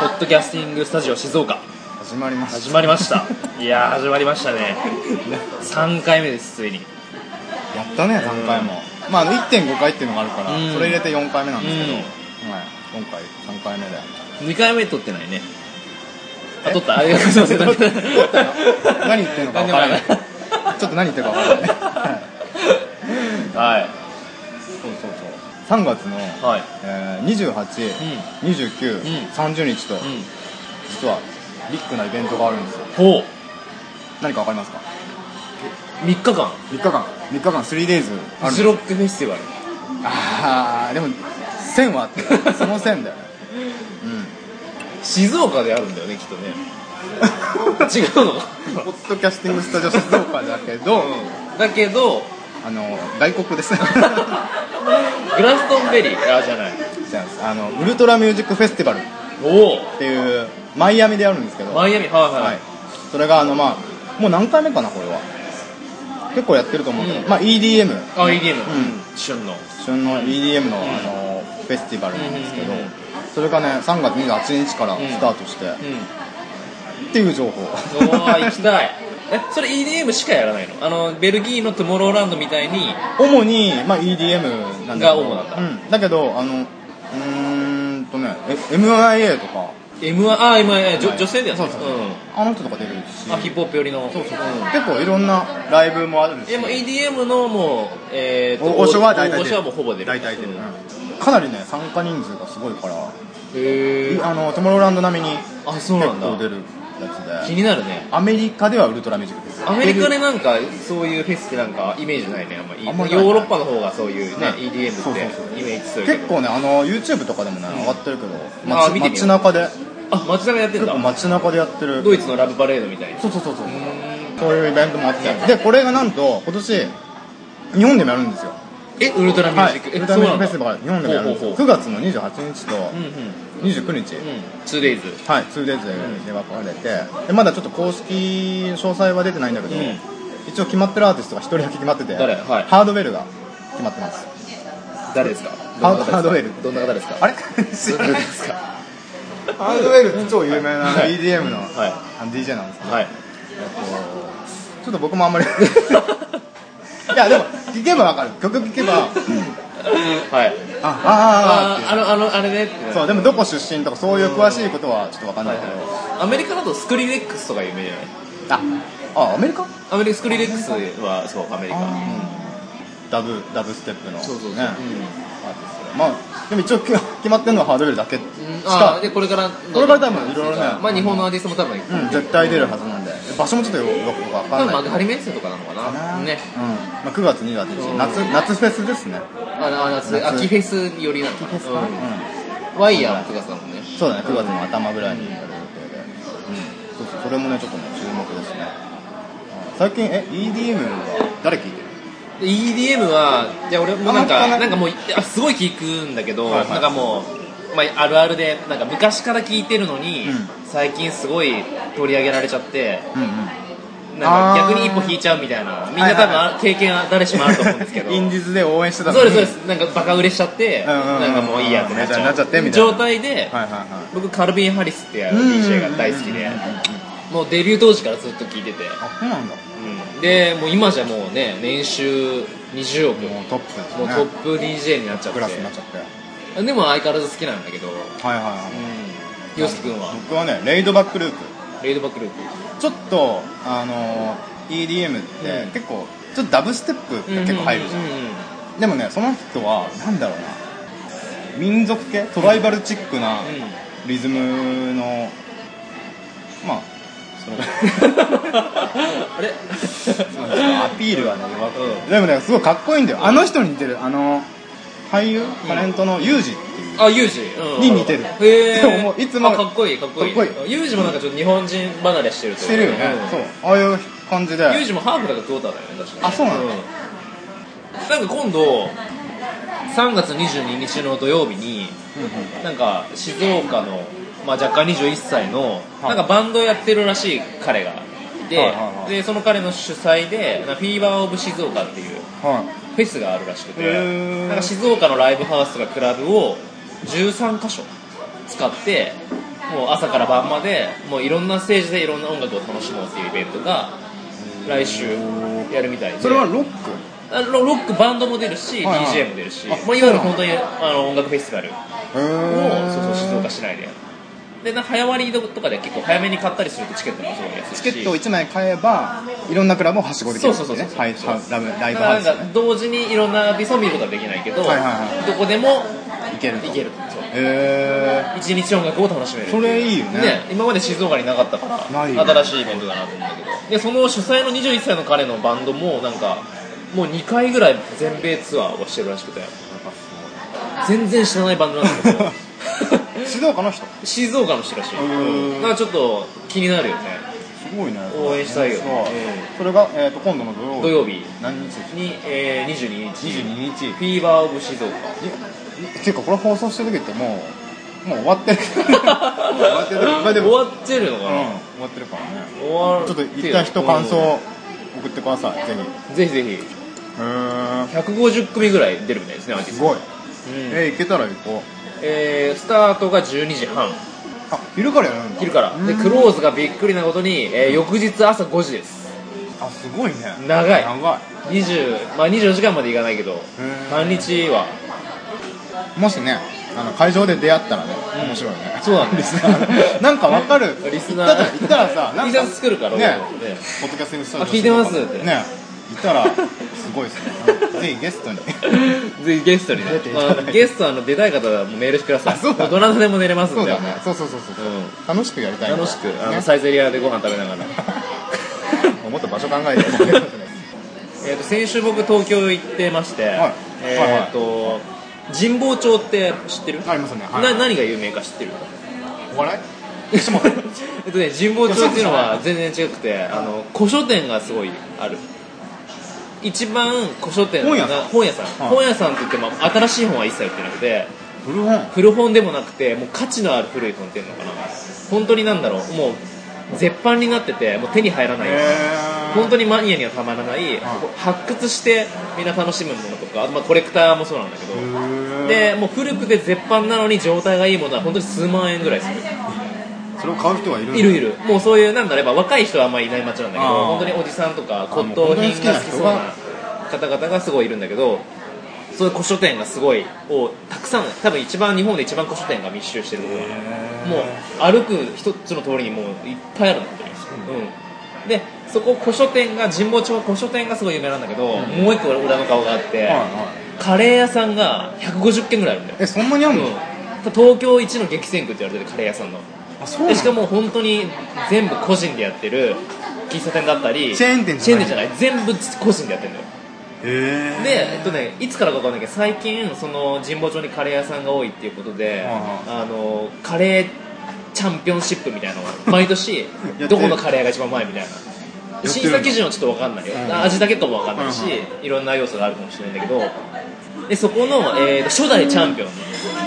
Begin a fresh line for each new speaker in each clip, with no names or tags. ポッドキャスティングスタジオ静岡
始まりま
始
し
まりました いやー始まりましたね3回目ですついに
たやったね3回も、まあ1.5回っていうのがあるから、
うん
それ入れて4回目なんですけど、
うん
はい、今回3回目で
2回目撮ってないねあ
え
撮ったありがとうございます
何言ってんのか分からないちょっと何言ってるか分 からない、
は
はい、
い
そうそうそう3月の、
はい
えー、28、29、
ん
30日と、
うん
実はビッグなイベントがあるんですよ
ほう
何か分かりますか
3日間
3日間3日間 3days
フ
あるん
ジ
です
ロックフェスティバル
ああでも線はあ ってその線だよねうん
静岡であるんだよねきっと ね違うの
ポッドキャスティングスタジオ静岡だけど、
だけど
あの大黒 です違
グラストンベリーあじゃない
あのウルトラミュージックフェスティバルっ
お
ていうマイアミであるんですけど、
おマイアミはいはい、
はい、それがあのまあもう何回目かなこれは結構やってると思うけど、まあ EDM
あ EDM、
ん
旬の
旬の EDM の,、あのフェスティバルなんですけど、
うんうんうんうん
それがね3月28日からスタートして、
うん
っていう情報
おー行きたいえそれ EDM しかやらないのあのベルギーのトゥモローランドみたいに
主に、まあ、EDM なんだ
が
けど
主なんだ
うん、だけどあのうーんとねえ MIA とか
M1 あ M1
は
女
い
女性だよね
そうそうそうあの人とか出るし
ん、あヒップホップ寄りのそうそうん
結構いろんなライブもあるし
でも EDM のもうえーと
大御所は大
大
体出
御
る
所はもうほぼ出る
大体出る、
うんへ
かなりね参加人数がすごいから、
え
あのトゥモローランド並みに
あそう
結
なんだ
構出るやつ
気
で
になるね
アメリカではウルトラミュージックです
アメリカでなんかそういうフェスってなんかイメージないねあんまり
あんまりない
ヨーロッパの方がそういうね
ね
EDM
そうそう
っ
そ
てイメージするけど
結構ねあの YouTube とかでもね上がってるけど、
あー
街
見てみよう
街中で
あ街中でやってん
結
だ
構街中でやってる
ドイツのラブパレードみたいな
そうそうそうそうそういうイベントもあってでこれがなんと今年日本でもやるんですよ
えウルトラミュー
は
ジ
い
ック、
ウルトラミュージックフェスティ
ル
バル日本でもやるんですよ9月の28日と
うんうん
29日、
うん 2days
はい 2days でで分かれてでまだちょっと公式詳細は出てないんだけど、
うん
一応決まってるアーティストが1人だけ決まってて
誰はい
ハードウェルが決まってます
誰ですか
ハードハードウェル
どんな方ですか
あれ
どんな方ですか
ハードウェルって超有名な
はい
EDM の,、
はい
あの DJ なんですけど、
はい
ちょっと僕もあんまりいやでも聴けば分かる曲聴けばあ
はい
あーあーあーって
あ
いう
ーあのあのあれねって
そうでもどこ出身とかそういう詳しいことはちょっと分かんないけど、
アメリカだとスクリレックスとか有名じゃない
ああアメリカ
アメリカスクリレックスはそうアメリカ
ダブダブステップの
そうそうそう
ねアーティストでまあでも一応き決まってるのはハードウェルだけし
うんうんあ
か
ーでこれから
これから多分いろいろね
まあ日本のアーティストも多分
うん絶対出るはずなんで場所もちょっとよく分か
多分
んな
ま
い
あ
けど
ハリメッセとかなのかなね
うんまあ、9月28日夏夏フェスですね、
あのあ夏
夏
秋フェス寄りなのかな
う
うん
ん、
ワイヤーとかさんもね
そうだね9月の頭ぐらいにやる予定で、うん、そうそうそれもねちょっとね注目ですねうん最近え EDM は誰聞いてる
で EDM は、いや俺もなん
あ
か、
んま聞かない
なんかもう、いやすごい聞くんだけど、
はいはい
なんかもう、まあ、あるあるで、なんか昔から聞いてるのに、
うん
最近すごい取り上げられちゃって、
うんうん
なん
あ
か
ー
逆に一歩引いちゃうみたいな、みんな多分、
はいはい
経験は誰しもあると思うんですけど。
インディーズで応援してた
そうですそう
に
ですなんかバカ売れしちゃって、
うんうんうんうん
なんかもういいやってなっちゃう
なっちゃってみたいな
状態で、
はいはいは
僕カルビン・ハリスってや
い
る DJ が大好きで
うんうんうんうん
もうデビュー当時からずっと聞いてて、
あそうなんだも
うんでもう今じゃもうね年収20億
うトップです
も
ね
うトップ DJ になっちゃっ
クラスになってちゃってはい
でも相変わらず好きなんだけど
はいは
洋介君はい
僕はねレイドバックループ
レイドバックループ
ちょっとあのー EDM って
うん
結構ちょっとダブステップが結構入るじゃん、
うんうん うん
でもねその人はなんだろうな民族系トライバルチックなリズムのまあそれ
あれ
アピールはね弱くてでもねすごいかっこいいんだよあの人に似てるあの俳優タレントのユージっていう
あユージうん
に似てる
へ
って思う
え
いつも
かっこいいかっこいい
かっこ
ユージもなんかちょっと日本人離れしてると
してるよね
ん
そうああいう感じで
ユージもハーフだからクォーターだよね確かに
あそうなの
んなんか今度3月22日の土曜日に
うんうん
なんか静岡の、まあ、若干21歳のなんかバンドやってるらしい彼がて、
はいはいはい
でその彼の主催でなんかフィーバー・オブ・静岡っていう
は
フェスがあるらしくて、
へー
なんか静岡のライブハウスとかクラブを13箇所使ってもう朝から晩までもういろんなステージでいろんな音楽を楽しもうっていうイベントが来週やるみたいで
いそれはロック
あロロックバンドも出るし、
はいはい
DJ も出るし
あ
もういわゆる本当にあの音楽フェスティバル
へ
を
え
そうそう静岡市内でやるでな早割りとかで結構早めに買ったりするとチケットもすごい安いし
チケットを1枚買えばいろんなクラブをはしごできるんです
そうそうそう
ね
そう
はいはいラブラ
だ
イブ
から
ハ
な
ウ
ん
ス
か
ね
同時にいろんなアーティストを見ることはできないけど、
はいはいは
どこでも
いけると
行
へ
けるそう
え
一日音楽を楽しめる
それいいよね
今まで静岡になかったから
ないよね
新しいイベントだなと思うんだけどでその主催の21歳の彼のバンドもなんかもう2回ぐらい全米ツアーをしてるらしくて全然知らないバンドなんですけど
静岡の人
静岡の人らしい
ん
うんなんかちょっと気になるよね
すごいね
応援したいよ
そう
う
それが、えー、と今度の土曜
土曜日
何日でし
に、えー22日
22日
フィーバー・オブ・静岡
ょていうかこれ放送してる時ってもうもう終わっ てる終わってる時いっぱいでも
終わってるのか
うん
な、
終わってるからね
終わ
ちょっと一旦人感想送ってくださいぜひへ
うんぜひぜひ
え
150組ぐらい出るみたいですねアーティス
す
ト
ごい
うん
えー、行けたら行こう
えースタートが12時半
あ昼からやるんだ
昼からでクローズがびっくりなことに、えー翌日朝5時です
あすごいね
長い
長い
20、まあ、24時間までいかないけど
ー
半日は
もしねあの会場で出会ったらね、
ん
面白いね
そうなんだよ
リスナー なんかわかる
リスナー
行ったら行ったらさなん
T
か
シャツ作るから
ね
俺ね
ポッドキャスティングスタジオ
あ聞いてますって
ね行ったらすごいです ねぜひゲストに
ぜひゲストにね
出てい、ただい
ま
て
あ、ゲストあの出たい方はもうメールしてください
あそうだね
どなたでも出れますんで
そうだねそうそうそうそう、
う
楽しくやりたいね
楽しくあの、
ね
サイゼリアでご飯食べながら
もっと場所考えて
えーと先週僕東京行ってまして、
はい
えっ、と神保町って知ってる、
ありますねはい
な何が有名か知ってる
お笑い下本
えっとね、神保町っていうのは全然違くてあの古書店がすごいある一番古書店の
本屋さん
本屋さん
はい
本屋さんって言っても新しい本は一切売ってなくて
古本
古本でもなくてもう価値のある古い本っていうのかな本当になんだろうもう絶版になっててもう手に入らない本当にマニアにはたまらない発掘してみんな楽しむものとか、まあ、コレクターもそうなんだけど
に
でもう古くて絶版なのに状態がいいものは本当に数万円ぐらいする
それを買う人がいるんだ
いるいるもうそういうなんだれば若い人はあんまりいない街なんだけど
あー
本当におじさんとか
もう
骨董
本当に好
品
きな
が好き
人
そうな
が
方々がすごいいるんだけどそういう古書店がすごいをたくさん多分一番日本で一番古書店が密集してるところなのもう歩く一つの通りにもういっぱいあるの本当にうんでそこ古書店が神保町は古書店がすごい有名なんだけど、もう一個裏の顔があって、
はいは
カレー屋さんが150軒ぐらいあるんだよ
いえそんなにあ
うん
の、
ん、東京一の激戦区って言われてるカレー屋さんの
あそうな
で
の
しかも本当に全部個人でやってる喫茶店だったり
チェーン店
チ
じ
ェ
ゃ
ー
な
ン
い
店じゃない全部個人でやってるのよ
へえ
で、えっとね、いつからか分かんないけど最近その神保町にカレー屋さんが多いっていうことで、
はい
あのカレーチャンピオンシップみたいなのが毎 年
てる
どこのカレーが一番うまいみたいな
る
審査基準はちょっと分かんないよ、
うん
味だけかも分かんないし、
はい
いろんな要素があるかもしれないんだけどでそこの、えーと初代チャンピオン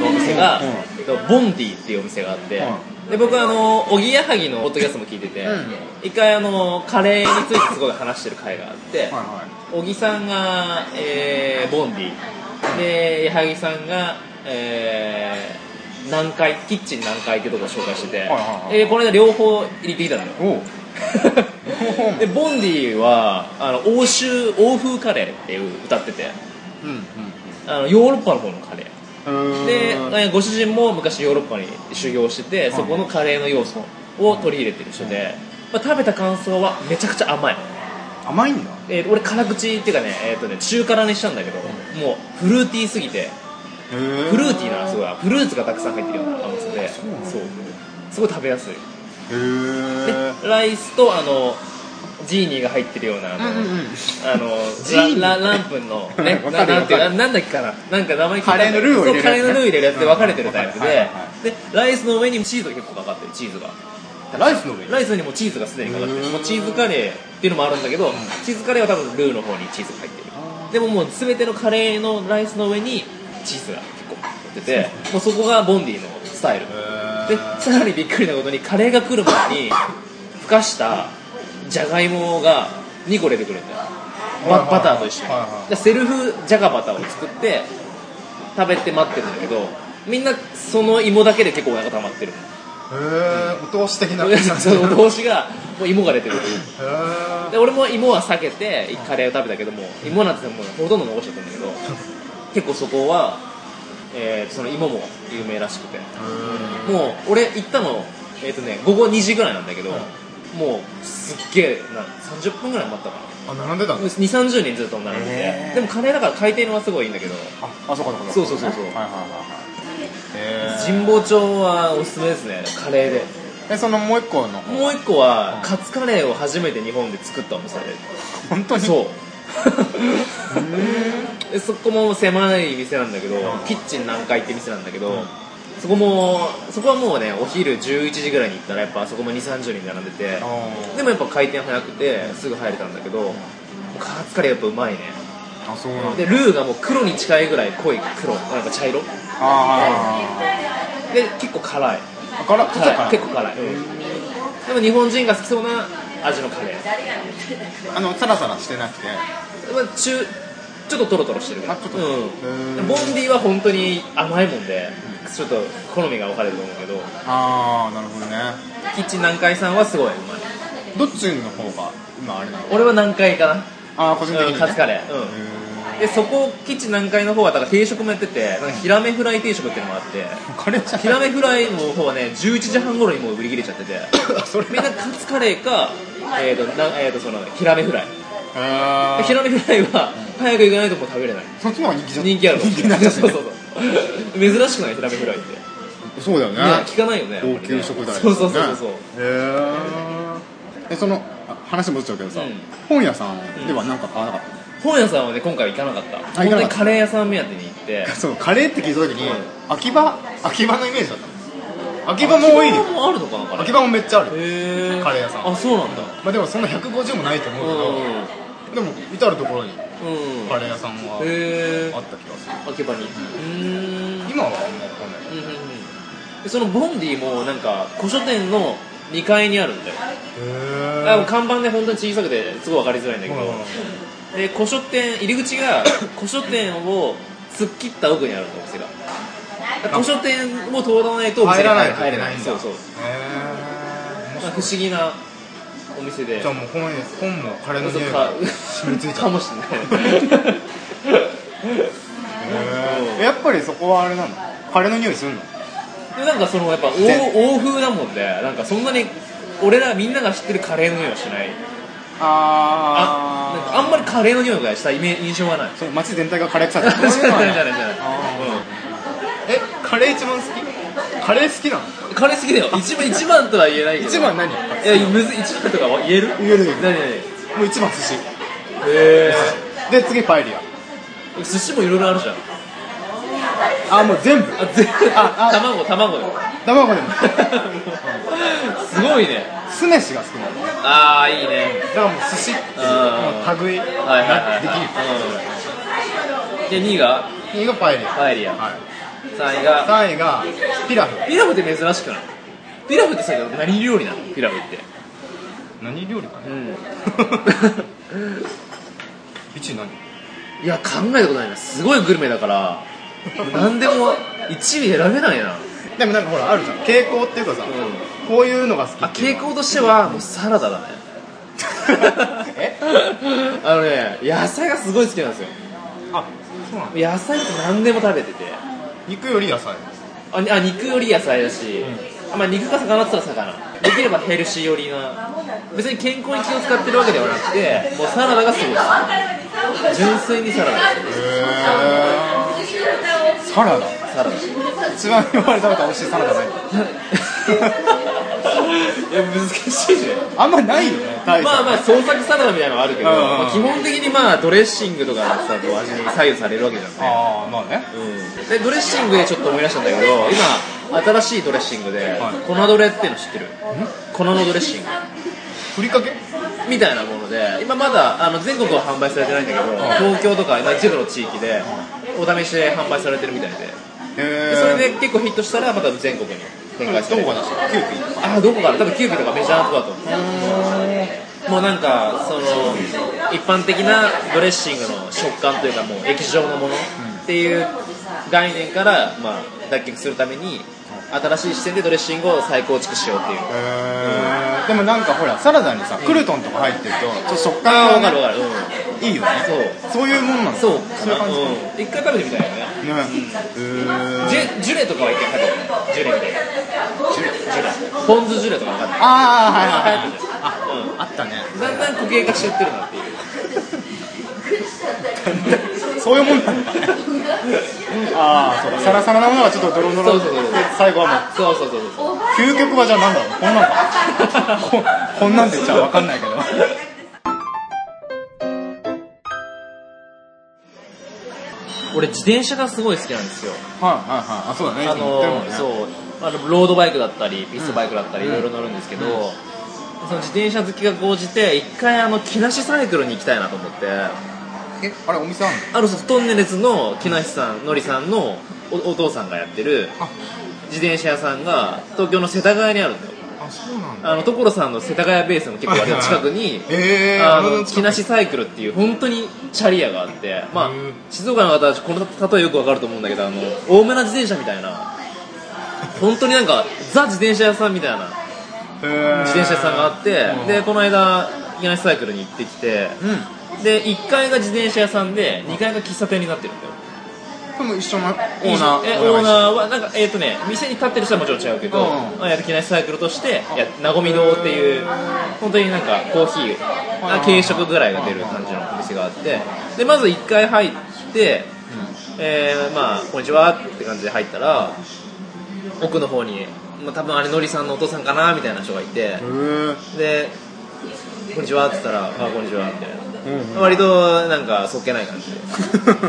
のお店が、
うん
えっとボンディっていうお店があって、
は
で僕はあのおぎやはぎのポッドキャストも聞いてて、
うん
一回あのカレーについてすごい話してる回があって、
はいはい
小木さんが、えーボンディで矢作さんが、えー南海キッチン南海ってとこを紹介してて、
いはいはい
えーこれで両方入れてきたのよ
おう
でボンディはあの欧州欧風カレーっていう歌ってて
うん
あのヨーロッパの方のカレー
うん
で、え
うーん
ーご主人も昔ヨーロッパに修行しててそこのカレーの要素を取り入れてる人で、まあ、食べた感想はめちゃくちゃ甘い
甘いんだ
えー俺辛口っていうかね,、えーとね中辛にしたんだけどもうフルーティーすぎて
フル
フルーティーなすごいフルーツがたくさん入ってるような甘さでそうすごい食べやすい
へ
でライスとあのジーニーが入ってるようなあの、あの
ジーニー、
ララランプンの、ね
わ
な
かる
なんていう
わか
ななんだっけかななんか名前聞いたんだけど
カレーのルーを入れるやつ
そう
ね
カレーのルー入れるやつで分かれてるタイプで、
うんはいはい
でライスの上にチーズが結構かかってるチーズが
えライスの上に
ライスにもチーズがすでにかかってる
うん
もうチーズカレーっていうのもあるんだけど、チーズカレーは多分ルーの方にチーズが入ってるでももう全てのカレーのライスの上にチーズが結構入っててもうそこがボンディのスタイル
へー
でさらにびっくりなことにカレーが来る前にふかしたじゃがいもが2個出てくるんだよ
いはい
バ
はい
バターと一緒に、
はいはい
でセルフじゃがバターを作って食べて待ってるんだけどみんなその芋だけで結構お腹溜まってる
へえお通し的な
その同士がもう芋が出てる
へー
で俺も芋は避けてカレーを食べたけども芋なんてもうほとんど残しちゃったんだけど結構そこは、えーその芋も有名らしくてもう俺行ったのえっ、とね午後2時ぐらいなんだけど、もうすっげえな30分ぐらい待ったかな
あ並んでたんだ
2 3 0人ずっと並んでて、
へー
でもカレーだから回転はすごいいいんだけど
ああそうかそうか
そうそうそうそう
はいはいはいはいへー
神保町はおすすめですねカレーで
えそのもう一個の方
もう一個はカツカレーを初めて日本で作ったお店で
本当に
そうで そこも狭い店なんだけどキッチン南海って店なんだけど、そこもそこはもうねお昼11時ぐらいに行ったらやっぱあそこも2 3 0人並んでて
あ
でもやっぱ回転早くてすぐ入れたんだけどカツカレーやっぱうまいね
あそうなんだ
でルーがもう黒に近いぐらい濃い黒なんか茶色で
あ
結構辛い
ーあからちょっと
辛い
辛い
結構辛い、うんでも日本人が好きそうな味のカレー、
あのサラサラしてなくて
まあ、中ちょっとトロトロしてるぐらい
あちょっと
うん
へー
ボンディは本当に甘いもんでちょっと好みが分かれると思うけど
ああなるほどね
キッチン南海さんはすごいうまい
どっちの方が今あれなの
俺は南海かな
ああ個人的に
うん
ね
カツカレーうん
へ
でそこキッチン南海の方はだから定食もやっててなんかヒラメフライ定食っていうのもあって
ーカレーじゃ
ヒラメフライの方はね11時半頃にもう売り切れちゃってて
それ
みんなカツカレーか、えーとなえー、とそのヒラメフライ
へー
ヒラメフライは早く行かないともう食べれない
そっちの方が人気じゃん
人気あるの
人気になっちゃっ
そう
て
そうそう珍しくないヒラメフライって
そうだよ
いや
ね
聞かないよね
高級食材
そうそうそうそう
ねへーえそのあ話戻っちゃうけどさ
うん
本屋さんでは何か買わなかっ
本屋さんはね今回は行かなかった本当
行かなか
に
った
カレー屋さん目当てに行って
たそうカレーって聞いた時に
うん
秋葉秋葉のイメージだった秋葉も多い
秋
よ
葉もあるのかなカレ
秋
ー
葉もめっちゃある
へー
カレー屋さん
あそうなんだ
まあでもそんな150もないと
う
思
んう
うけどでも至る所に
ん
カレー屋さんは
へえ
あった気がする
秋葉にうーん
今はもうこんな
うんうんうんでそのボンディもなんか古書店の2階にあるんだよ
へ
あの看板で本当に小さくてすごい分かりづらいんだけどで古書店入り口 が古書店を突っ切った奥にあるのお店が古書店を通らないとお店に
入らないと
入れない
んだ
そうそう、
へ
まあ、
ー
不思議なお店で
じゃあもう本屋本もカレーの
そう
匂い
か
が染みついちゃ
か
う
もしれない
へーやっぱりそこはあれなのカレーの匂いするの
でなんかそのやっぱ欧
全
欧風だもんでなんかそんなに俺らみんなが知ってるカレーの匂いはしないあなんかあんまりカレーの匂いがしたイメ印象がない
そう街全体がカレー臭い
じゃないじゃ ないじゃない
あえカレー一番好きカレー好きなの
うんカレー好きだよ一番一番とは言えないけど
一番何
いやむず一番とかは言える
言える言える
何何何
もう一番寿司
へ
で次パエリア
え寿司もいろいろあるじゃん
あもう全部
あ全部
ああ
卵卵だよ
卵でも
すごいね
酢飯が好きなのだ
ああいいね
からもう寿司って
あー
もう類い
はいはいはい
でき
で2位が
る2位がパエリア
パエリア
はい
3位が
3位がピラフ
ピラフって珍しくないピラフってそれ何料理なのピラフって
何料理か
う
ね
ん
1位何
いや考えたことないなすごいグルメだから何でも1位選べないな
でもなんかほらあるじゃん傾向っていうかさ、
う
こういうのが好き
あ
っていう
傾
のは
向としてはもうサラダだね
え
あのね野菜がすごい好きなんですよ
あそうなの
野菜って何でも食べてて
肉より野菜
ああ肉より野菜だし、あまあ、肉か魚って言ったら魚できればヘルシー寄りな別に健康に気を使ってるわけではなくてもうサラダがすごい好き純粋にサラダです
へえサラダ
サラダ
一番今まで食べた美味しいサラダ何
いや難しいね
あんまないよね大
まあまあ創作サラダみたいなのはあるけど、
うんうんうん
まあ、基本的にまあドレッシングとかのさこう味に左右されるわけじゃんね
ああまあね
うんでドレッシングでちょっと思い出したんだけど今新しいドレッシングで
はい
粉ドレっていうの知ってる粉のドレッシング
ふりかけ
みたいなもので今まだあの全国は販売されてないんだけど東京とか今一部の地域でお試しで販売されてるみたいで
え
でそれで結構ヒットしたらまた全国に展開さ
ど
れ
こ
る
かなキューピー
あどこかな多分キューピーとかメジャーなとこだと思うもうなんかその一般的なドレッシングの食感というかもう液状のものっていう概念から、まあ、脱却するために新しい視点でドレッシングを再構築しようっていう
へーでもなんかほらサラダにさクルトンとか入ってるとちょっと食感
あ
が
分かる分
ね
かる、
いいよねそういうもんなの
そうか
そういう
な、
感じね
うん、一回食べてみたいよね
へー
ジュジュレとかは一回食べてみたいジュレみたいなジュレポン酢ジュレとか分かんない
ああはいはいはい
うん
あったね
だんだん固形化してってるなっていう
そういうもんなんだああそうかサラサラなものはちょっとドロドロ
そうそうそう
で最後はもう
そうそうそうそう
究極はじゃあなんだろうこんなんかここんなんでじゃあわかんないけど
俺自転車がすごい好きなんですよ
はいはいはいあそうだね
あの
いつも言ってるもんね
そうあのロードバイクだったりピストバイクだったり
う
い
ん
ろいろ乗るんですけど、その自転車好きが高じて一回あの木梨サイクルに行きたいなと思ってあ
えあれお店あんの
のそうトンネルズの木梨さんのりさんのおお父さんがやってる
あ
自転車屋さんが東京の世田谷にあるんだよ
あそうなん
あの所さんの世田谷ベースの結構ある近くに
えー、
あ
れ
の
近く
木梨サイクルっていう本当にチャリアがあって、まあ
へー、
静岡の方はこの例えよくわかると思うんだけどあの多めな自転車みたいな本当になんかザ自転車屋さんみたいな
へー
自転車屋さんがあって、
うん
でこの間木梨サイクルに行ってきて
うん
で1階が自転車屋さんで2階が喫茶店になってるんだよ
でも一緒のオーナー
えオーナーはなんかえっ、とね店に立ってる人はもちろん違うけど、
うん
まあやる気ないサイクルとしてやなごみ堂っていう本当になんかコーヒー
はい
あ軽食ぐらいが出る感じのお店があってでまず1回入って、えーまあこんにちはって感じで入ったら奥の方に、まあ、多分あれのりさんのお父さんかなみたいな人がいて
へー
で「こんにちは」って言ったら「あこんにちは」みたいな
うんうん
割となんかそっけない感じ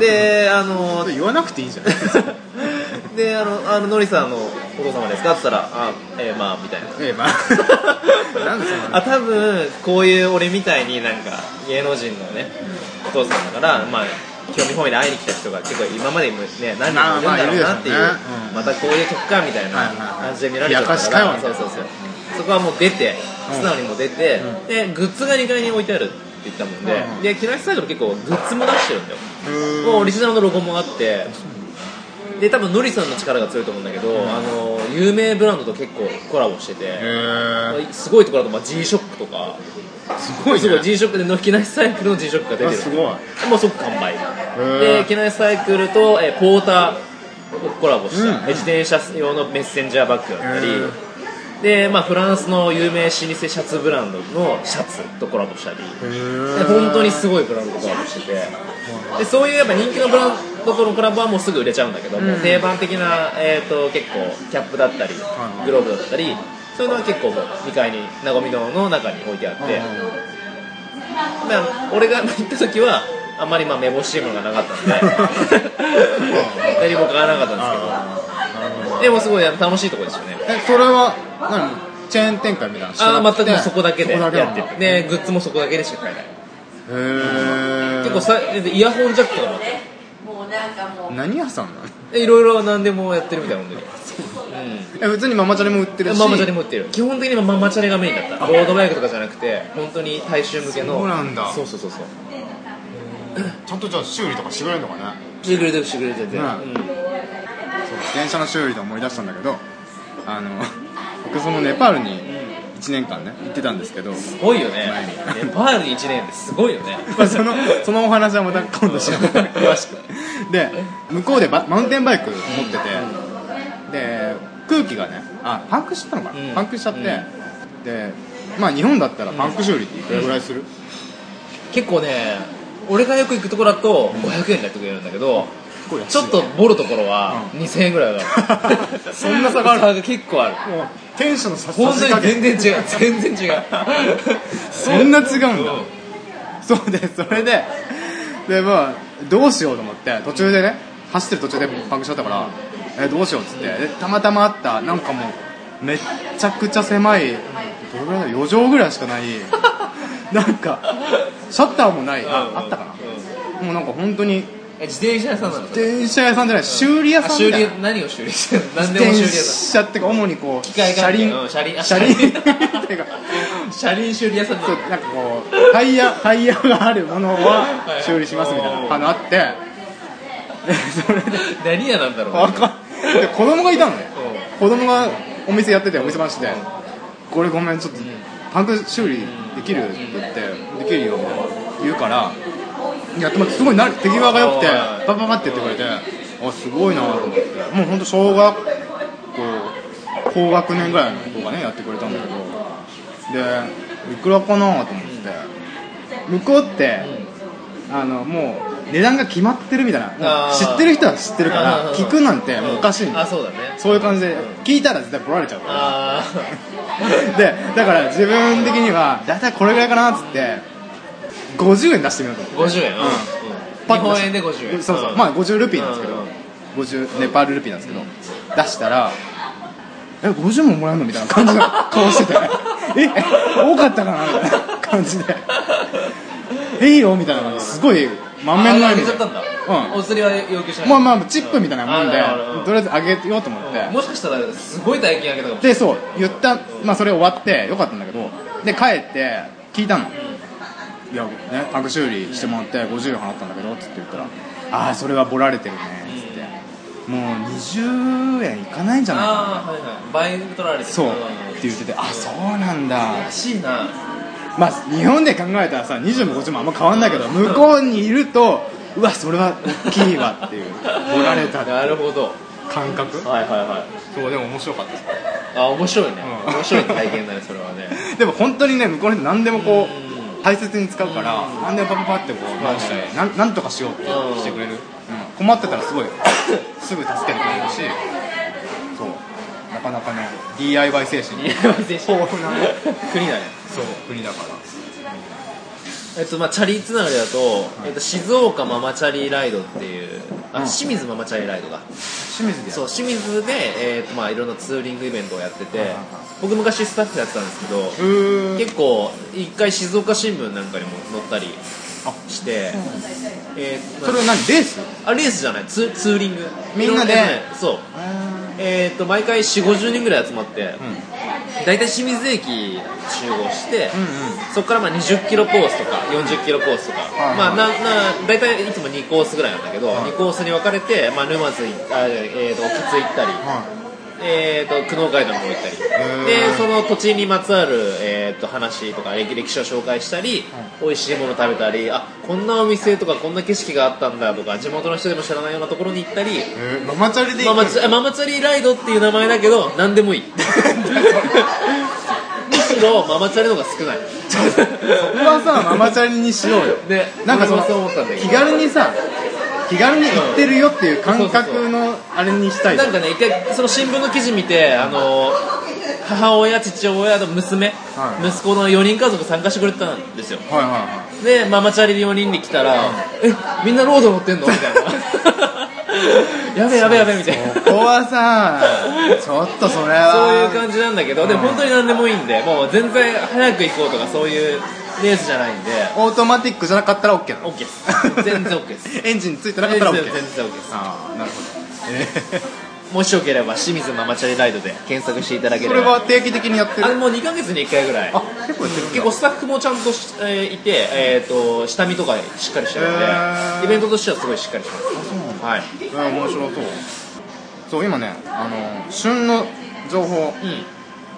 でであの
言わなくていい じゃん
であのあののりさんのお父様ですかって言ったら「あええまあ」みたいな
ええまあ なんでそんなの
あ多分こういう俺みたいになんか芸能人のねお父さんだからまあ興味本位で会いに来た人が結構今までもね何人もいるんだろうなっていう,、
まあまあいる
ま
でし
たこ
ょうねうん
ういう結果みたい
はい
な
はいはい
感じで見られちゃった
冷やかし
か、
からよみた
そ
いうな
そうそうそこはもう出て
うん
素直にもう出て、
う
でグッズが2階に置いてあるって言ったもんで、
うんうん
で木梨サイドも結構グッズも出してるんだよ
へー
もうオリジナルのロゴもあってで多分ノリさんの力が強いと思うんだけど、あの有名ブランドと結構コラボしてて、
へー
すごいところだと、まあ、G-SHOCK とか
すごいね
すごい G-SHOCK での木梨サイクルの G-SHOCK が出て
あ
る
すごい
もう即完売
ー
で木梨サイクルと、えーポーターとコラボした、
うん
えー自転車用のメッセンジャーバッグだったり
へー
で、まあ、フランスの有名老舗シャツブランドのシャツとコラボしたりで本当にすごいブランドとコラボしててでそういうやっぱ人気のブランドとのコラボはもうすぐ売れちゃうんだけど、もう定番的な、えー、と結構キャップだったり
はい
グローブだったりそういうのは結構もう2階になごみ堂の中に置いてあって、まあ、俺が行った時はあんまりまあめぼしいものがなか ったんで何も買わなかったんで
あ
すけどでもすごい楽しいとこですよね
ーえそれは何チェーン展開みたいなのし
あ
な
あ
くて
全くもうそこだけで
そ
やっ
こだけなんだ
ててでグッズもそこだけでしか買えない
へー
結構さイヤホンジャックとかもあって
何屋さんなの
でいろいろ何でもやってるみたいな本当にうん
え普通にママチャリも売ってるし
ママチャリも売ってる基本的にママチャリがメインだったロードバイクとかじゃなくて本当に大衆向けの
そうなんだ
そうそうそうそう
ちゃんとじゃあ修理とかしてくれるのかね
してくれてるしてくれてて、
ね
うん
そう自転車の修理で思い出したんだけどあの僕そのネパールに1年間ね行ってたんですけど
すごいよね
前に
ネパールに1年ってすごいよね
まあその そのお話はまた今度しよう詳しくで向こうでバマウンテンバイク持っててで空気がねあパンクしちゃったのかな、
うん
パンクしちゃって、でまあ日本だったらパンク修理っていくらぐらいする、
結構ね俺がよく行くところだと500円でやってくれるんだけど、
これ安い
ちょっとボルところは2000円ぐらい上がる
そんな差がある
差が結構ある
もう天使のさ
本当
差し加
に全
減
然違う全然違う
そんな違うんだ
うん
そうでそれででまあどうしようと思って途中でね走ってる途中でパンクしちゃったから、えどうしようっつってでたまたまあったなんかもうめっちゃくちゃ狭いどれぐらいだ4畳ぐらいし かないなんかシャッターもないああったかな、もうなんか本当に
え自転車屋さんなの
自転車屋さんじゃない修理屋さん
修
だ
理
よ
何を修理してるの何
自
でも
転
修理屋さん
車ってか主にこう
機械
車
関係
輪
の車輪あ
車輪っ
車輪
ていうか
車輪修理屋さんな
そ
の
うなんかこうタイヤタイヤがあるもの
いは
はい修理しますみたいなのあってでそれで
何屋なんだろうね
わかんで子供がいたのね
う
子供がお店やっててお店話しててこれごめんちょっとパンク修理できるって言ってできるよって言うからやってもらってすごいな手際が良くて
はい
パパパってやってくれてあすごいなと思ってもうほんと小学校高学年ぐらいの子がねやってくれたんだけどでいくらかなと思って向こうってあのもう値段が決まってるみたい
あ
なもう知
ー
ってる人は知ってるか
うんうん
ら
うん
聞くなんてもうおかしいんだ
あ
よ
そうだね
そういう感じで聞いたら絶対来られちゃうから
あ
でだから自分的には大体これぐらいかなっつって50円出してみようと思って
あ50円うん
うん
日
と出
本
して
円で50円
そうそう、
ん
まあ50ルピーなんですけど、
うんうん
50ネパールルピーなんですけど、出したらえ50ももらえるのみたいな感じの 顔しててえ多かったかなみたいな感じでいいよみたいな感じですごい満面の
あ
笑
げち
みで
ゃったんだ
う
お釣りは要求しない
んまあまあチップみたいなもんで
あなるほど
とりあえずあげようと思って、
もしかしたらすごい大金あげたかもしれ
でそう言ったまあそれ終わってよかったんだけどで帰って聞いたのいやねパンク修理してもらって50円払ったんだけどっつって言ったらああそれはボラれてるねっつってもう20円いかないんじゃ
ない
ないか
ああはいはい倍取られて
な
る
そうっ
ん
て言っててあそうなんだ
らしいな
まあ日本で考えたらさ20も50もあんま変わんないけど向こうにいるとうわそれは大きいわっていう ボラれた
なるほど
感覚
はいはいはい
そうでも面白かったです
あ面白いね
うん
面白い体験だねそれはね
でも本当にね向こうの人何でもこ
う
う大切に使うから何でもパパパってこう直したりなんなんとかしようって
うん
してくれる、うん困ってたらす ごいすぐ助けてくれるしそうなかなかね DIY 精神
豊
富な
国だね
そう国だから
えっとまあチャリつながりだと、えっと、静岡ママチャリライドっていうあ
うん
清水ママチャリライドが
清水でや
そう清水で、えーとまあ、いろんなツーリングイベントをやってて、
いはいはい
僕昔スタッフやってたんですけど、
ううーん
結構一回静岡新聞なんかにも載ったり
あ
して、えーと
それは何レース
あレースじゃないツーツーリング
みんなで
いろねそう
あ
えー、と毎回4 5 0人ぐらい集まって、
うん
大体清水駅集合して、
うん
そこからまあ20キロコースとか40キロコースとか、
はい
まあなな大体いつも2コースぐらいなんだけど、2コースに分かれて、まあ、沼津行ったり、えー、と興津行ったり、
は
えー、と久能街道の方行ったり
ー
でその土地にまつわる、えー、と話とか歴歴史を紹介したり、美味しいもの食べたりあこんなお店とかこんな景色があったんだとか地元の人でも知らないようなところに行ったり、
いえーママチャリで
マ
行く
マチャママチャリライドっていう名前だけど何でもい いむしろママチャリの方が少ない
そこはさママチャリにしようよ
で
なんかその
俺もそう思ったんだけ
気
ど
軽にさ気軽に行ってるよっていう感覚のあれにしたい
なんかね一回その新聞の記事見てあの母親父親の娘、
はい
息子の4人家族参加してくれてたんですよ
はいはいはい
でママチャリで4人で来たら「えみんなロード乗ってんの?」みたい な「やべやべやべ」みたいな
ここはさちょっとそれは
そういう感じなんだけど、でも本当に何でもいいんで、もう全然早く行こうとかそういうレースじゃないんで、
オートマティックじゃなかったら OK なの
OK です。全然 OK です。
エンジンついてなかったら OK
全然全然 OK です。
ああなるほど、え
もしよければ、清水ママチャリライドで検索していただ
ー
け
そ
れ
れ
ば。
は定期的にやって
あれ
る
もう2ヶ月に1回ぐらい。
あ結構やってるんだ
結構スタッフもちゃんとし、えーいて、えー、と下見とかしっかりしてるんで、
へー
イベントとしてはすごいしっかりしてます、はい
うん面白そうそう今ねあの旬の情報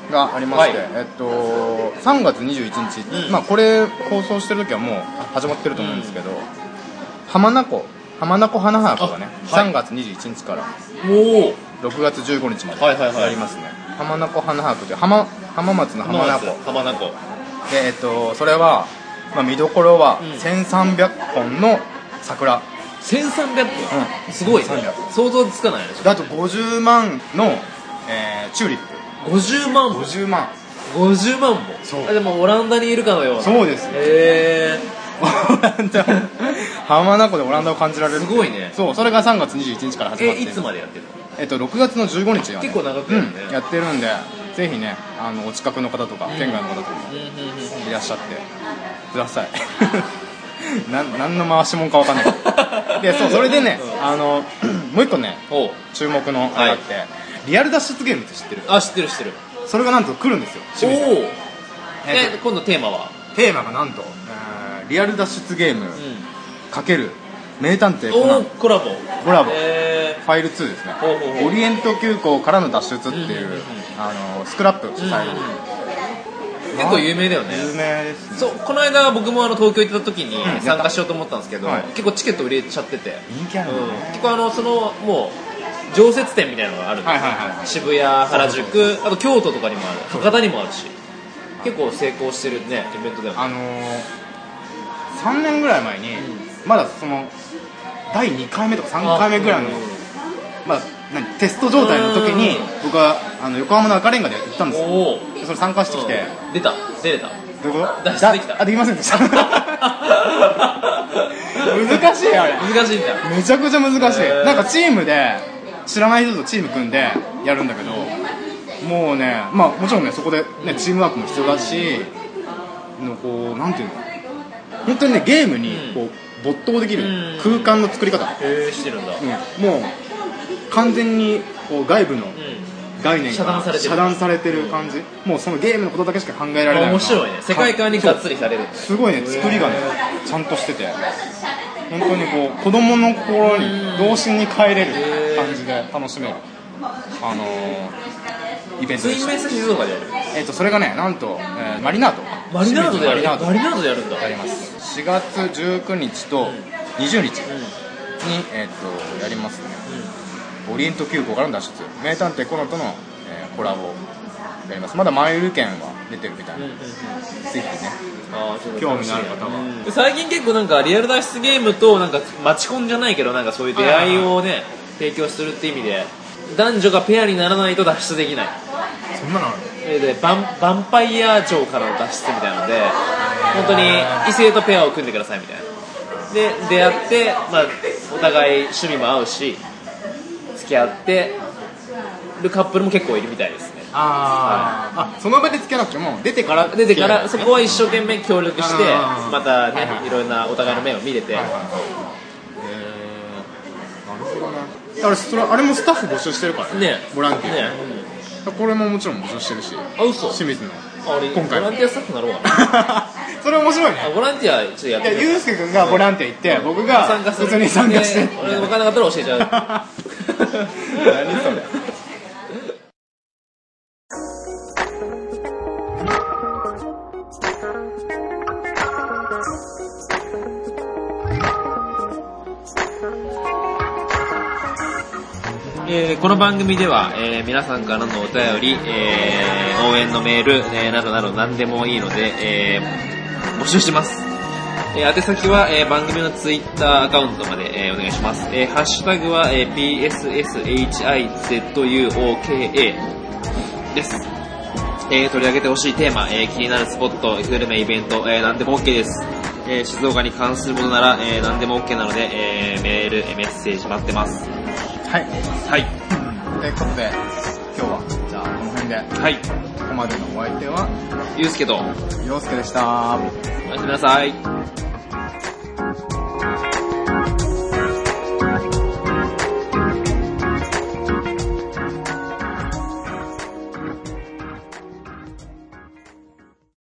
う
がありまして、
はい
えっと、3月21日、
うん
まあ、これ放送してる時はもう始まってると思うんですけど、浜名湖浜名湖花博がね、
あはい
3月21日から
ん、おお
6月15日まで
はいはいはい
やりますね、浜名湖花博という浜浜松の浜名湖
浜名湖
で、えっと、それは、まあ、見どころは
うん
1300本の桜、
1300本、
うん
すごいね
1300
想像つかないね
であと50万の、えーチューリップ
50万本
50万
50万も
そう
あでもオランダにいるかのような
そうですよ
へえ
オランダ 浜名湖でオランダを感じられる
すごいね
そうそれが3月21日から始まっ
え
て
いつまでやってる
えっと、6月の15日は、ね、
結構長くやるね
うんやってるんでぜひねあのお近くの方とか県外の方とかも
のうんうんうん
い らっしゃってくださいなん何の回しもんかわかんないけどででそうそれでね、あの もう一個ね
おう
注目のあれがあって、リアル脱出ゲームって知ってる
あ知ってる知ってる
それがなんと来るんですよ
お
清水さん
お
えっ
で今度テーマは
とテーマがなんと、えーリアル脱出ゲーム
う
×名探偵
ん
コナ
お
ン
おコラボ
コラボ
へ
ファイル2ですね
ほうほうほう
オリエント急行からの脱出っていう、
うんうんうん
あのスクラップ主催の、
ー結構有名だよね
有名ですね
そうこの間僕もあの東京行った時に
うん
参加しようと思ったんですけど、
はい
結構チケット売れちゃってて、
人気あるよ
うん、
ね
結構あのそのもう常設店みたいなのがあるんですよ、
はいはいはいはい
渋谷原宿あと京都とかにもある博多にもあるし結構成功してるねイベントだよね
あのー、3年ぐらい前に、まだその第2回目とか3回目ぐらいの、
うん
まあ、何テスト状態の時に
う
僕はあの横浜の赤レンガで行ったんですよ
おお
それ参加してきて、
出た出れた
どういうこと
脱出できた
だあできませんでした 難しいあれ
難しいんだ
めちゃくちゃ難しい、
へー
なんかチームで知らない人とチーム組んでやるんだけどもうねまあもちろんねそこで、ね、チームワークも必要だしのこうなんていうの本当にねゲームにこう没頭できる
うん
空間の作り方、
へえしてるんだう
うんもう完全にこう外部の
ん
概念
遮
が
断されてる
遮断されてる感じ、もうそのゲームのことだけしか考えられない
面白いね世界観にがっつ
り
りされるんだ
すごいね作りがねちゃんとしてて本当にこう子供の頃に童心に帰れる感じで楽しめるあのーイベント
ツ
で
イ
し
ン
た
メッセ静岡でやる
えっとそれがねなんと、えーマリナート
マリナードでやる
清水マ
マ
リ
リ
ナー
ナードでやるんだ
トやります4月19日と20日に、えっとやりますねオリエント急行からの脱出名探偵コナンとの、えーコラボやりますまだ前売り券は出てるみたいな、
うんうんうん
ぜひね
あーちょっと
興味のある方は
うん最近結構なんかリアル脱出ゲームとなんか待ち込んじゃないけどなんかそういう出会いをね提供するって意味で男女がペアにならないと脱出できない
そんなのある
えーでバンヴァンパイア城からの脱出みたいなので本当に異性とペアを組んでくださいみたいなで出会って、まあ、お互い趣味も合うし付き合ってるカップルも結構いるみたいですね
あー、あその場でつけなくても出てから
出てからそこは一生懸命協力して
あー
また
はいは
ね
い
いろんなお互いの面を見れて
はいはいえー、なるほどねあれそれあれもスタッフ募集してるからね
ね
ボランティア、
ね
これももちろん募集してるし
あ嘘
清水の
あ俺
今回
ボランティアスタッフになろうかな
それ面白いね
あボランティアちょっとやっ
いや
てみよう
ゆうすけ君がボランティア行って、僕が
参加す
普
る
通に参加して
で 俺分からなかったら教えちゃう
何それ
えーこの番組では、えー皆さんからのお便り、えー応援のメール、えーなどなど何でもいいので、えー募集します。えー宛先は、えー番組のツイッターアカウントまで、えーお願いします。えーハッシュタグは、えー PSSHIZUOKA です。えー取り上げてほしいテーマ、えー気になるスポット、グルメ、イベント、えー何でも OK です。えー静岡に関するものなら、えー何でも OK なので、えーメール、えーメッセージ待ってます。
はい
はい。
ということで今日はじゃあこの辺で
はい。
ここまでのお相手は
ゆうすけと、
陽介でした
おやすみなさい。